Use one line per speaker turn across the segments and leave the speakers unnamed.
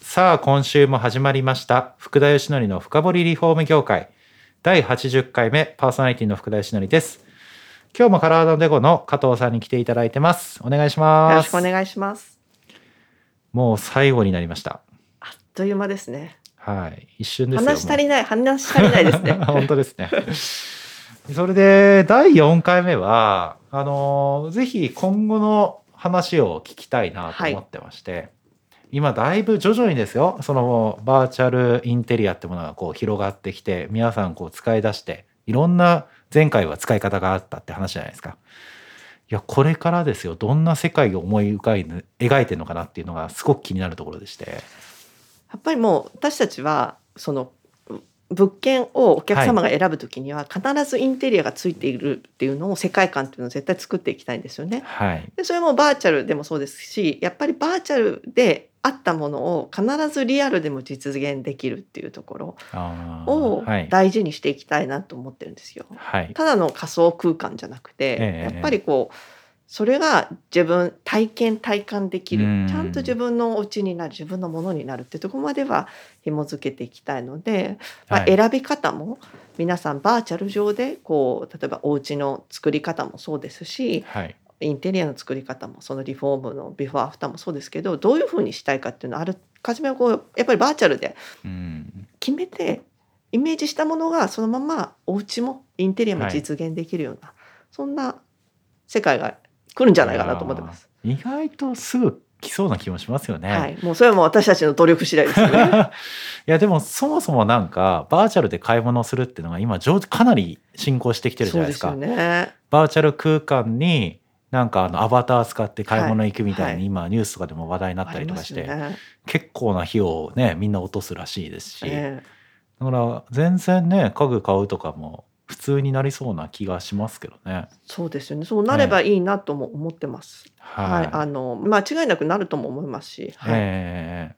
さあ今週も始まりました福田義則の深掘りリフォーム業界第80回目パーソナリティの福田義則です今日もカラーのデゴの加藤さんに来ていただいてますお願いします
よろしくお願いします。
もう最後になりました
あっという間ですね。
はい一瞬ですよ。
話足りない、話足りないです ね
本当ですね。それで第4回目はあのぜひ今後の話を聞きたいなと思ってまして、今だいぶ徐々にですよそのバーチャルインテリアってものがこう広がってきて皆さんこう使い出していろんな前回は使い方があったって話じゃないですか。いやこれからですよどんな世界を思い浮かいぬ描いてるのかなっていうのがすごく気になるところでして。
やっぱりもう私たちはそのう物件をお客様が選ぶときには必ずインテリアがついているっていうのを世界観っていうのを絶対作っていきたいんですよね。
はい、
でそれもバーチャルでもそうですし、やっぱりバーチャルであったものを必ずリアルでも実現できるっていうところ
あー
を
はい、
大事にしていきたいなと思ってるんですよ。
はい
ただの仮想空間じゃなくて、
ええ
やっぱりこうそれが自分体験体感できる
うん
ちゃんと自分のお家になる自分のものになるってとこまでは紐付けていきたいので、まあ
はい
選び方も皆さんバーチャル上でこう例えばお家の作り方もそうですし
はい
インテリアの作り方もそのリフォームのビフォーアフターもそうですけどどういうふうにしたいかっていうのはあるかじめこうやっぱりバーチャルで
うん
決めてイメージしたものがそのままお家もインテリアも実現できるような、そんな世界が来るんじゃないかなと思ってます。
意外とすぐ来そうな気もしますよね。、
は いい、もうそれはもう私たちの努力次第ですよね。
やでもそもそもなんかバーチャルで買い物をするっていうのが今上かなり進行してきてるじゃ
そう
ないで
で
す
す
か。
よね。
バーチャル空間になんかあのアバター使って買い物行くみたいに、
はい
今ニュースとかでも話題になったりとかして、
あります
結構な費用をねみんな落とすらしいですし、
よね。
だから全然ね家具買うとかも普通になりそうな気がしますけどね。
そうですよね。そうなればいいなとも思ってます。
は、
はいい、あの間違いなくなるとも思いますし、はい
え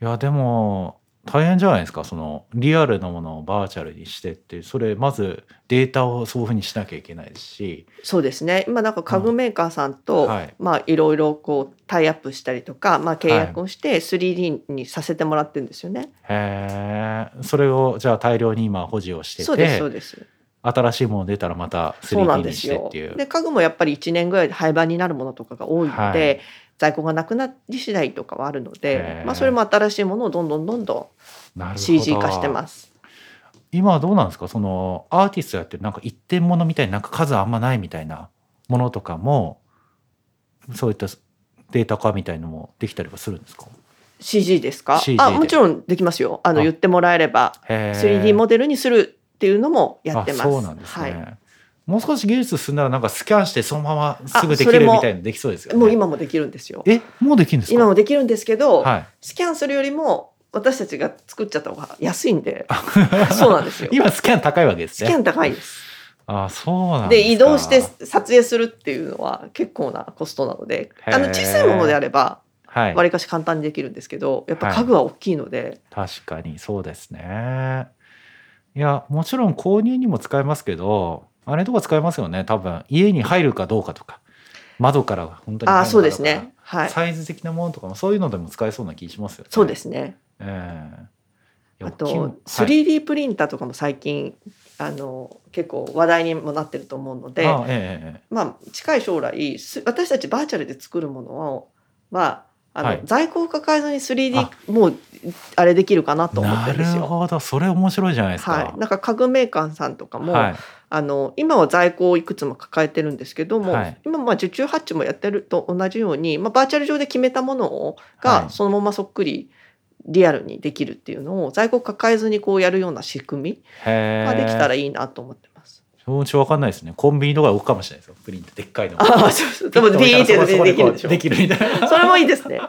えいやでも大変じゃないですかそのリアルなものをバーチャルにしてっていうそれまずデータをそういうふうにしなきゃいけないですし
そうですね。今なんか家具メーカーさんと、
うんはい
まあいろいろこうタイアップしたりとか、まあ契約をして 3D にさせてもらってるんですよね。
へえそれをじゃあ大量に今保持をして
そうです
て
そうです。
新しいもの出たらまた
そうなん
3D
で
に
す
して
よ
っていう。
で家具もやっぱり1年ぐらいで廃盤になるものとかが多いので、
はい
在庫がなくなり次第とかはあるの
へ
で
ー、
まあ、それも新しいものをどんどんどんど
なるほ
ん
ど
CG 化してます。
今はどうなんですかそのアーティストやってるなんか一点物みたいななんか数あんまないみたいなものとかもそういったデータ化みたいのもできたりはするんですか
CG ですか
CG
あ
で
もちろんできますよあの
あ
言ってもらえれば
へえ
3D モデルにするっていうのもやってます。
あそうなんですね、
は
もう少し技術進んだらなんかスキャンしてそのまますぐでき
あそ
る
れ
み
も
たいなのできそうですよ
い、
ね。
もう今もできるんですよ。
えもうできるんですか
今もできるんですけど、
は
スキャンするよりも私たちが作っちゃった方が安いんでそうなんです
い
よ。
今スキャン高いわけです
ス
ね。
キャン高いです。
あそうなんですか
で移動して撮影するっていうのは結構なコストなので
へー
あの小さいものであれば
はい
わりかし簡単にできるんですけどやっぱ
はい
家具は大きいので、
確かにそうですね。いやもちろん購入にも使えますけどあれとか使えますよね多分家に入るかどうかとか窓から本当に入るかどう
あ
か
あそうですねはい
サイズ的なものとかもそういうのでも使えそうな気しますよね。。
そうですすね
ええいや
あ
大きいもんは
と
い
3D プリンターとかも最近あの結構話題にもなってると思うので
あええええ
まあ近い将来す私たちバーチャルで作るものをはあの、
はい
在庫を抱えずに 3D
あ
もうあれできるかなと思ってるんです
なる
よ。
ほど、それ面白いじゃないですか。
はい、なんか家具メーカーさんとかも、
はい
あの今は在庫をいくつも抱えてるんですけども、
はい
今まあ受注発注もやってると同じように、まあ、バーチャル上で決めたものを
は
が
い
そのままそっくりリアルにできるっていうのを在庫を抱えずにこうやるような仕組み
へ
が
え。
できたらいいなと思ってます。
そのうちわかんないですね。コンビニとかに置くかもしれないですよ。プリンってでっかいの。
ああそうそうでも
ピ
ビー
ッ
って
置いたらそこ
できるで
そ こでこうでき
しょ
るみたいな。
それもいいですね。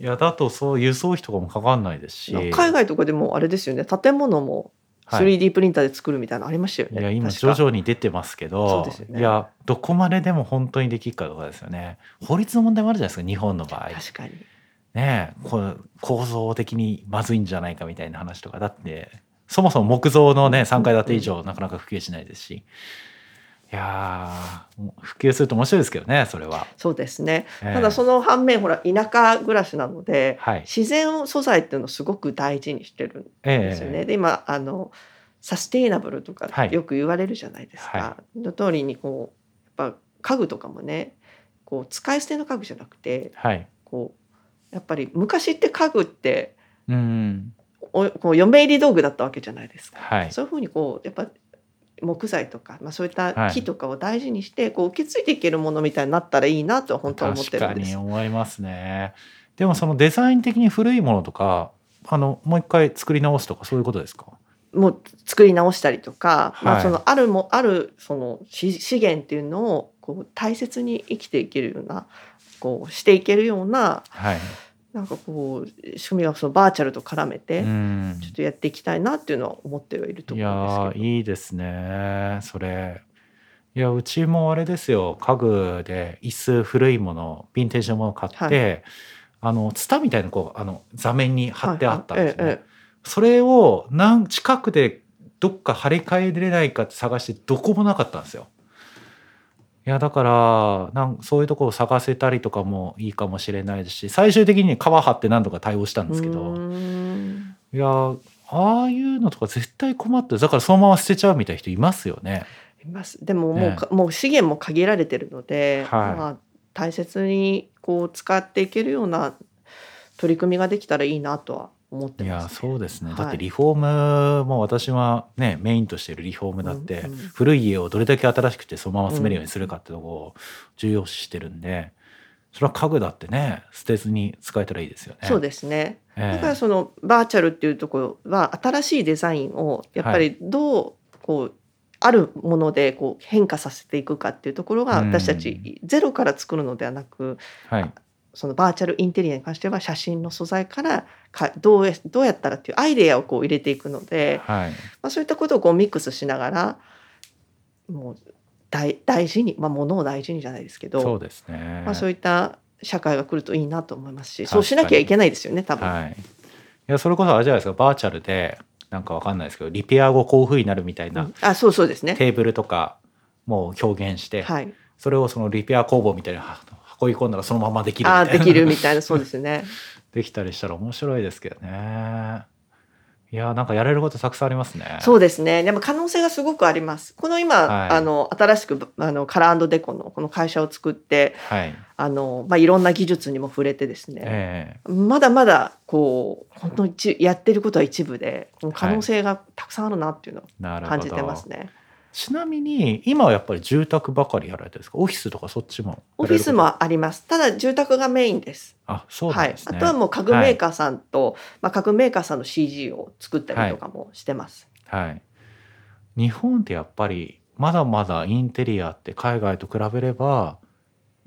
いやだとそう輸送費とかもかかんないですし
海外とかでもあれですよね建物も 3D プリンターで作るみたいなのありましたよね、
はい、いや今
確か
徐々に出てますけど
そうですよね
いやどこまででも本当にできるかとかですよね法律の問題もあるじゃないですか日本の場合
確かに
ねえこう構造的にまずいんじゃないかみたいな話とかだってそもそも木造のね3階建て以上なかなか普及しないですしいやーもう普及すると面白いですけどねそれは。
そうですね、
ええ
ただその反面ほら田舎暮らしなので、
はい
自然素材っていうのをすごく大事にしてるん ですよね。
え
で今あのサステイナブルとか
はい
よく言われるじゃないですか。
は
の通りにこうやっぱ家具とかもねこう使い捨ての家具じゃなくて
えはい、
こうやっぱり昔って家具って
うん
おこう嫁入り道具だったわけじゃないですか。
はい
そういうふうにこうやっぱ木材とか、まあ、そういっ
は
た
い
木とかを大事にして、こう受け継いでいけるものみたいになったらいいなとは本当は思っ
確
て
か
るんで
に
す。
思いますね。でもそのデザイン的に古いものとかあのもう一回作り直すとかそういうことですか
もう作り直したりとか、ま
は
あ、
い
そのあるもあるその資資源っていうのをこう大切に生きていけるようなこうしていけるような
はい。
なんかこう趣味がそのバーチャルと絡めて
うん
ちょっとやっていきたいなっていうのは思ってはいると
い
思
や
うんです
ーいいですねそれいやうちもあれですよ家具で椅子古いものヴィンテージのものを買って、
は
あのツタみたいなこうあの座面に
けど。
貼ってあったん
は
で
いはい
すね、
えええ
それをなん近くでどっか張り替えれないかって探してどこもなかったんですよいやだからなんそういうところを探せたりとかもいいかもしれないですし最終的に革張って何とか対応した
え
んですけど、
うーん
いやーああいうのとか絶対困ってるだからそのまま捨てちゃうみたいな人いますよね。
いますでももう
ね
か、もう資源も限られてるので、
はい
まあ、大切にこう使っていけるような取り組みができたらいいなとは思っ
い
てます、
やそうですね、
はい
だってリフォームも私はねメインとしてるリフォームだって、
うんうん
古い家をどれだけ新しくてそのまま住めるようにするかってとこを重要視してるんでそれは家具だってね捨てずに使えたらいいですよね。
そうですね。
ええ
だからそのバーチャルっていうところは新しいデザインをやっぱりどうこうあるものでこう変化させていくかっていうところが
うん
私たちゼロから作るのではなく
はい
そのバーチャルインテリアに関しては写真の素材からかどうやどうやったらっていうアイデアをこう入れていくので、
はい
まあ、そういったことをこうミックスしながらもう大大事に、まあ、ものを大事にじゃないですけど
そうですね。
まあ、そういった社会が来るといいなと思います
確
し
か
そ
に
うしなきゃいけないですよね多分。
はい、いやそれこそあれじゃないですかバーチャルでなんかわかんないですけどリペア後こういう風になるみたいな、
うんあそうそうですね。
テーブルとかもう表現して、
はい、
それをそのリペア工房みたいには運び込んだらそのままできるみ
あ
たい
あ
な
でき るみ
で
たいなそうですね。
きたりしたら面白いですけどねいやーなんかやれることたくさんありますね
そううですねでも可能性がすごくあります。この今、
はい
あの新しくあのカラーデコのこの会社を作って
はい
あの、まあ、いろんな技術にも触れてですね、
え
まだまだこう本当に一やってることは一部でこの可能性がたくさんあるなっていうのを
えなるほど
感じてますね。
ちなみに今はやっぱり住宅ばかりやられてるんですかオフィスとかそっちも
オフィス
やられるこ
もあります。ただ住宅がメインです。
とあそうな
は
ん
い
で、す
あ
ね、
とはもう家具メーカーさんと、まあ、家具メーカーさんの CG を作ったりとかもしてます。
はい、日本ってやっぱりまだまだインテリアって海外と比べれば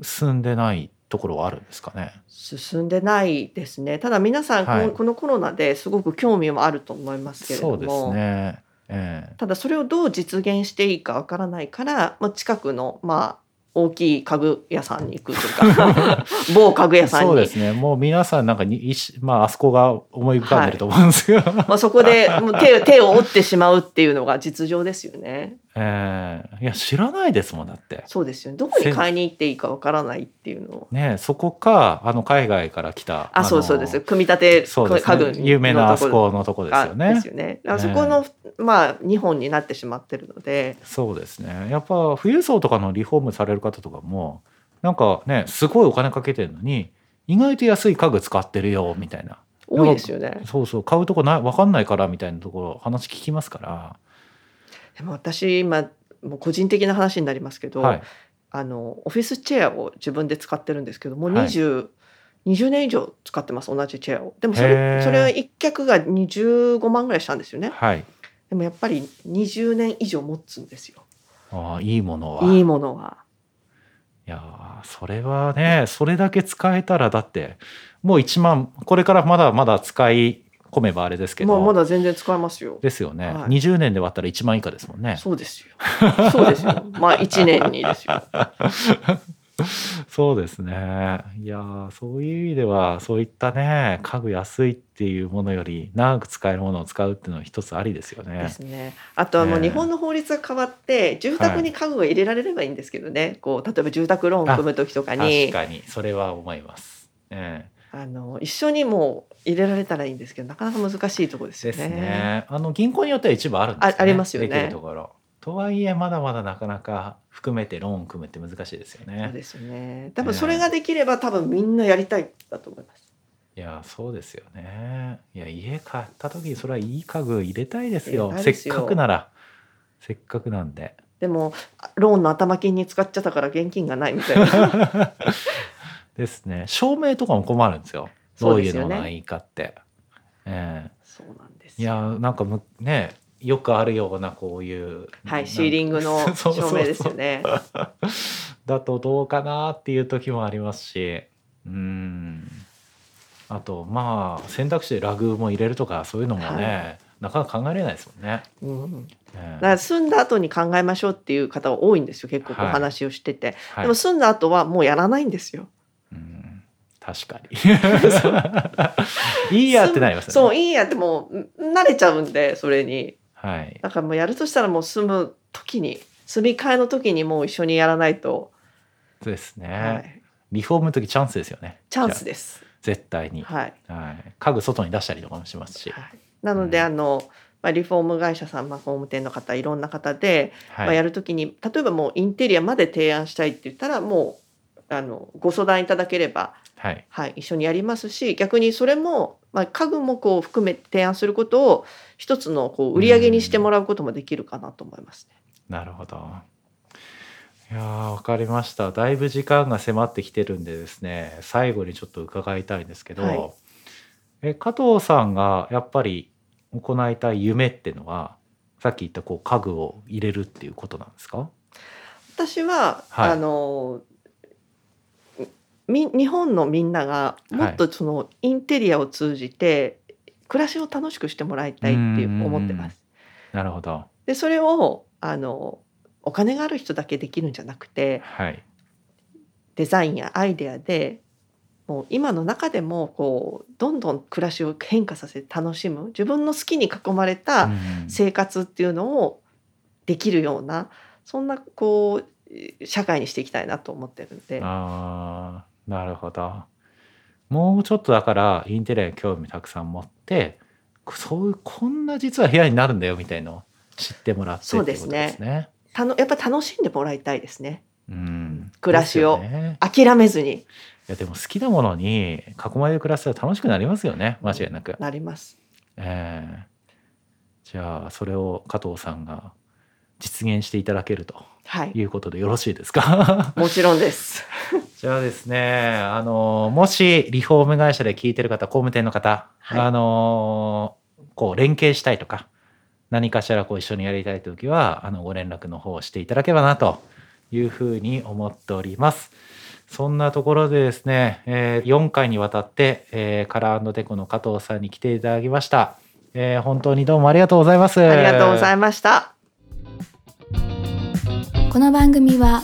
進んでないところはあるんですかね
進んでないですね。ただ皆さん、この
はい
このコロナですごく興味もあると思いますけれ
そ
ど
うです
も、
ねええ
ただそれをどう実現していいかわからないから、まあ、近くの、まあ、大きい家具屋さんに行くと か某家具屋さん
そうで
に。
すね。もう皆さんなんかに、いしまあ、あそこが思い浮かんでると思うんですけ ど。
まあそこでもう手を手を折ってしまうっていうのが実情ですよね。
ええいや、知らないですもん、だって。
そうですよね。どこに買いに行っていいかわからないっていうのを。
ねえそこか、あの、海外から来た。
あ、
の
そうそうです。。組み立て
そうです
家具の
ね
と。ころ
有名なあそこのとこですよ
あ
ね。
ですよね。だからそこの、まあ日本になってしまってるので、
そうですね。やっぱ、富裕層とかのリフォームされる方とかも、なんかね、すごいお金かけてるのに、意外と安い家具使ってるよ、みたいな。
多いですよね。
そうそう、買うとこない、わかんないから、みたいなところ、話聞きますか
でも私今もう個人的な話になりますけど、
ら。はい。
あのオフィスチェアを自分で使ってるんですけど、もう
はい
20、20年以上使ってます同じチェアをでもそ
へ
れ
ー
それは一脚が25万ぐらいしたんですよね
はい。
でもやっぱり20年以上持つんですよ
ああ、いいものは。
いいものはい
いやーそれはねそれだけ使えたらだってもう1万これからまだまだ使い込めばあれですけ
まあ
ど
まだ全然使えますよ。
ですよね、
はい
20年で割ったら1万以下ですもんね
そうですよ。そうですよ。 まあ一年にですよ。
そうですね。いやーそういう意味ではそういったね家具安いっていうものより長く使えるものを使うっていうのは一つありですよ
で
ね
す。ね。あとはもう
ね
日本の法律が変わって住宅に家具が入れられればいいんですけどね。こう例えば住宅ローン組む時とか
確
に
かにそれは思います。ええ
あの一緒にもう入れられたらいいんですけどなかなか難しいところですよ
です
ね。
ね。あの銀行によっては一部あるんですね
あありますよね
できるところ。とはいえまだまだなかなか含めてローン組むって難しいですよ
そう
ね。
ですよね。多分それができれば多分みんなやりたいだと思います。
いやーそうですよね。いや家買った時にそれはいい家具入れたいですよ
入。れた
せ
いです
っ
よ
かくならせっかくなんで。
でもローンの頭金に使っちゃったから現金がないみた いな。
ですね照明とかも困るんですよど
そうう
い
で
う
す
の
よね
がいいかって、え
そうなんです
えい
よ。
やーなんかむねよくあるようなこういう
は
なん
い、シーリングの
そうそうそう
照明ですよね。
だとどうかなっていう時もありますしうんあとまあ選択肢でラグも入れるとかそういうのもね、
は
なかなか考えれないですもんね、
うん
え
だ
え
から住んだ後に考えましょうっていう方は多いんですよ結構こう
はい
話をしてて、
はい
でも住んだ後はもうやらないんですよ。
うん確か にいいやってなりますよね
そういいやでもうん慣れちゃうんでそれに
はい
だからもうやるとしたらもう住む時に住み替えの時にもう一緒にやらないと、
そうですね、
はい、
リフォームの時チャンスですよね
チャンス
で
です。
絶対に
はい、
はい、家具外に出したりとかもしますし、
はい、なので、
うん
あのまあリフォーム会社さん、まあ、工務店の方いろんな方で、
はい
まあ、やるときに例えばもうインテリアまで提案したいって言ったらもうあのご相談いただければ、
はい
はい、一緒にやりますし逆にそれも、まあ、家具もこう含めて提案することを一つのこう売り上げにしてもらうこともできるかなと思いますね。
なるほどいやーわかりましただいぶ時間が迫ってきてるんでですね最後にちょっと伺いたいんですけど、
はい
え加藤さんがやっぱり行いたい夢ってのはさっき言ったこう家具を入れるっていうことなんですか
私は、
はい
あのみ日本のみんながもっとそのインテリアを通じて暮らしを楽しくしてもらいたいっていう思ってます。
なるほど
でそれをあのお金がある人だけできるんじゃなくて
はい
デザインやアイデアでもう今の中でもこうどんどん暮らしを変化させて楽しむ自分の好きに囲まれ
う
た
ん
生活っていうのをできるようなそんなこうえー社会にしていきたいなと思ってるんで
あーなるほどもうちょっとだからインテリアに興味たくさん持ってそういうこんな実は部屋になるんだよみたいのを知ってもらってって
そ
こと
う
で
です
ね
すね。たのやっぱ楽しんでもらいたいですね
うん、
暮らしを
ですよね
諦めずに
いやでも好きなものに囲まれて暮らしたら楽しくなりますよね間違いなく。
なります
ええじゃあそれを加藤さんが実現していただけると
はい
いうことでよろしいですか
もちろんです
じゃあですね、あの、もしリフォーム会社で聞いてる方、工務店の方、
はい
あの、こう、連携したいとか、何かしらこう一緒にやりたいときは、あの、ご連絡の方をしていただければな、というふうに思っております。そんなところでですね、えー4回にわたって、えーカラーデコの加藤さんに来ていただきました。えー本当にどうもありがとうございます。
ありがとうござ
い
いました
この番組は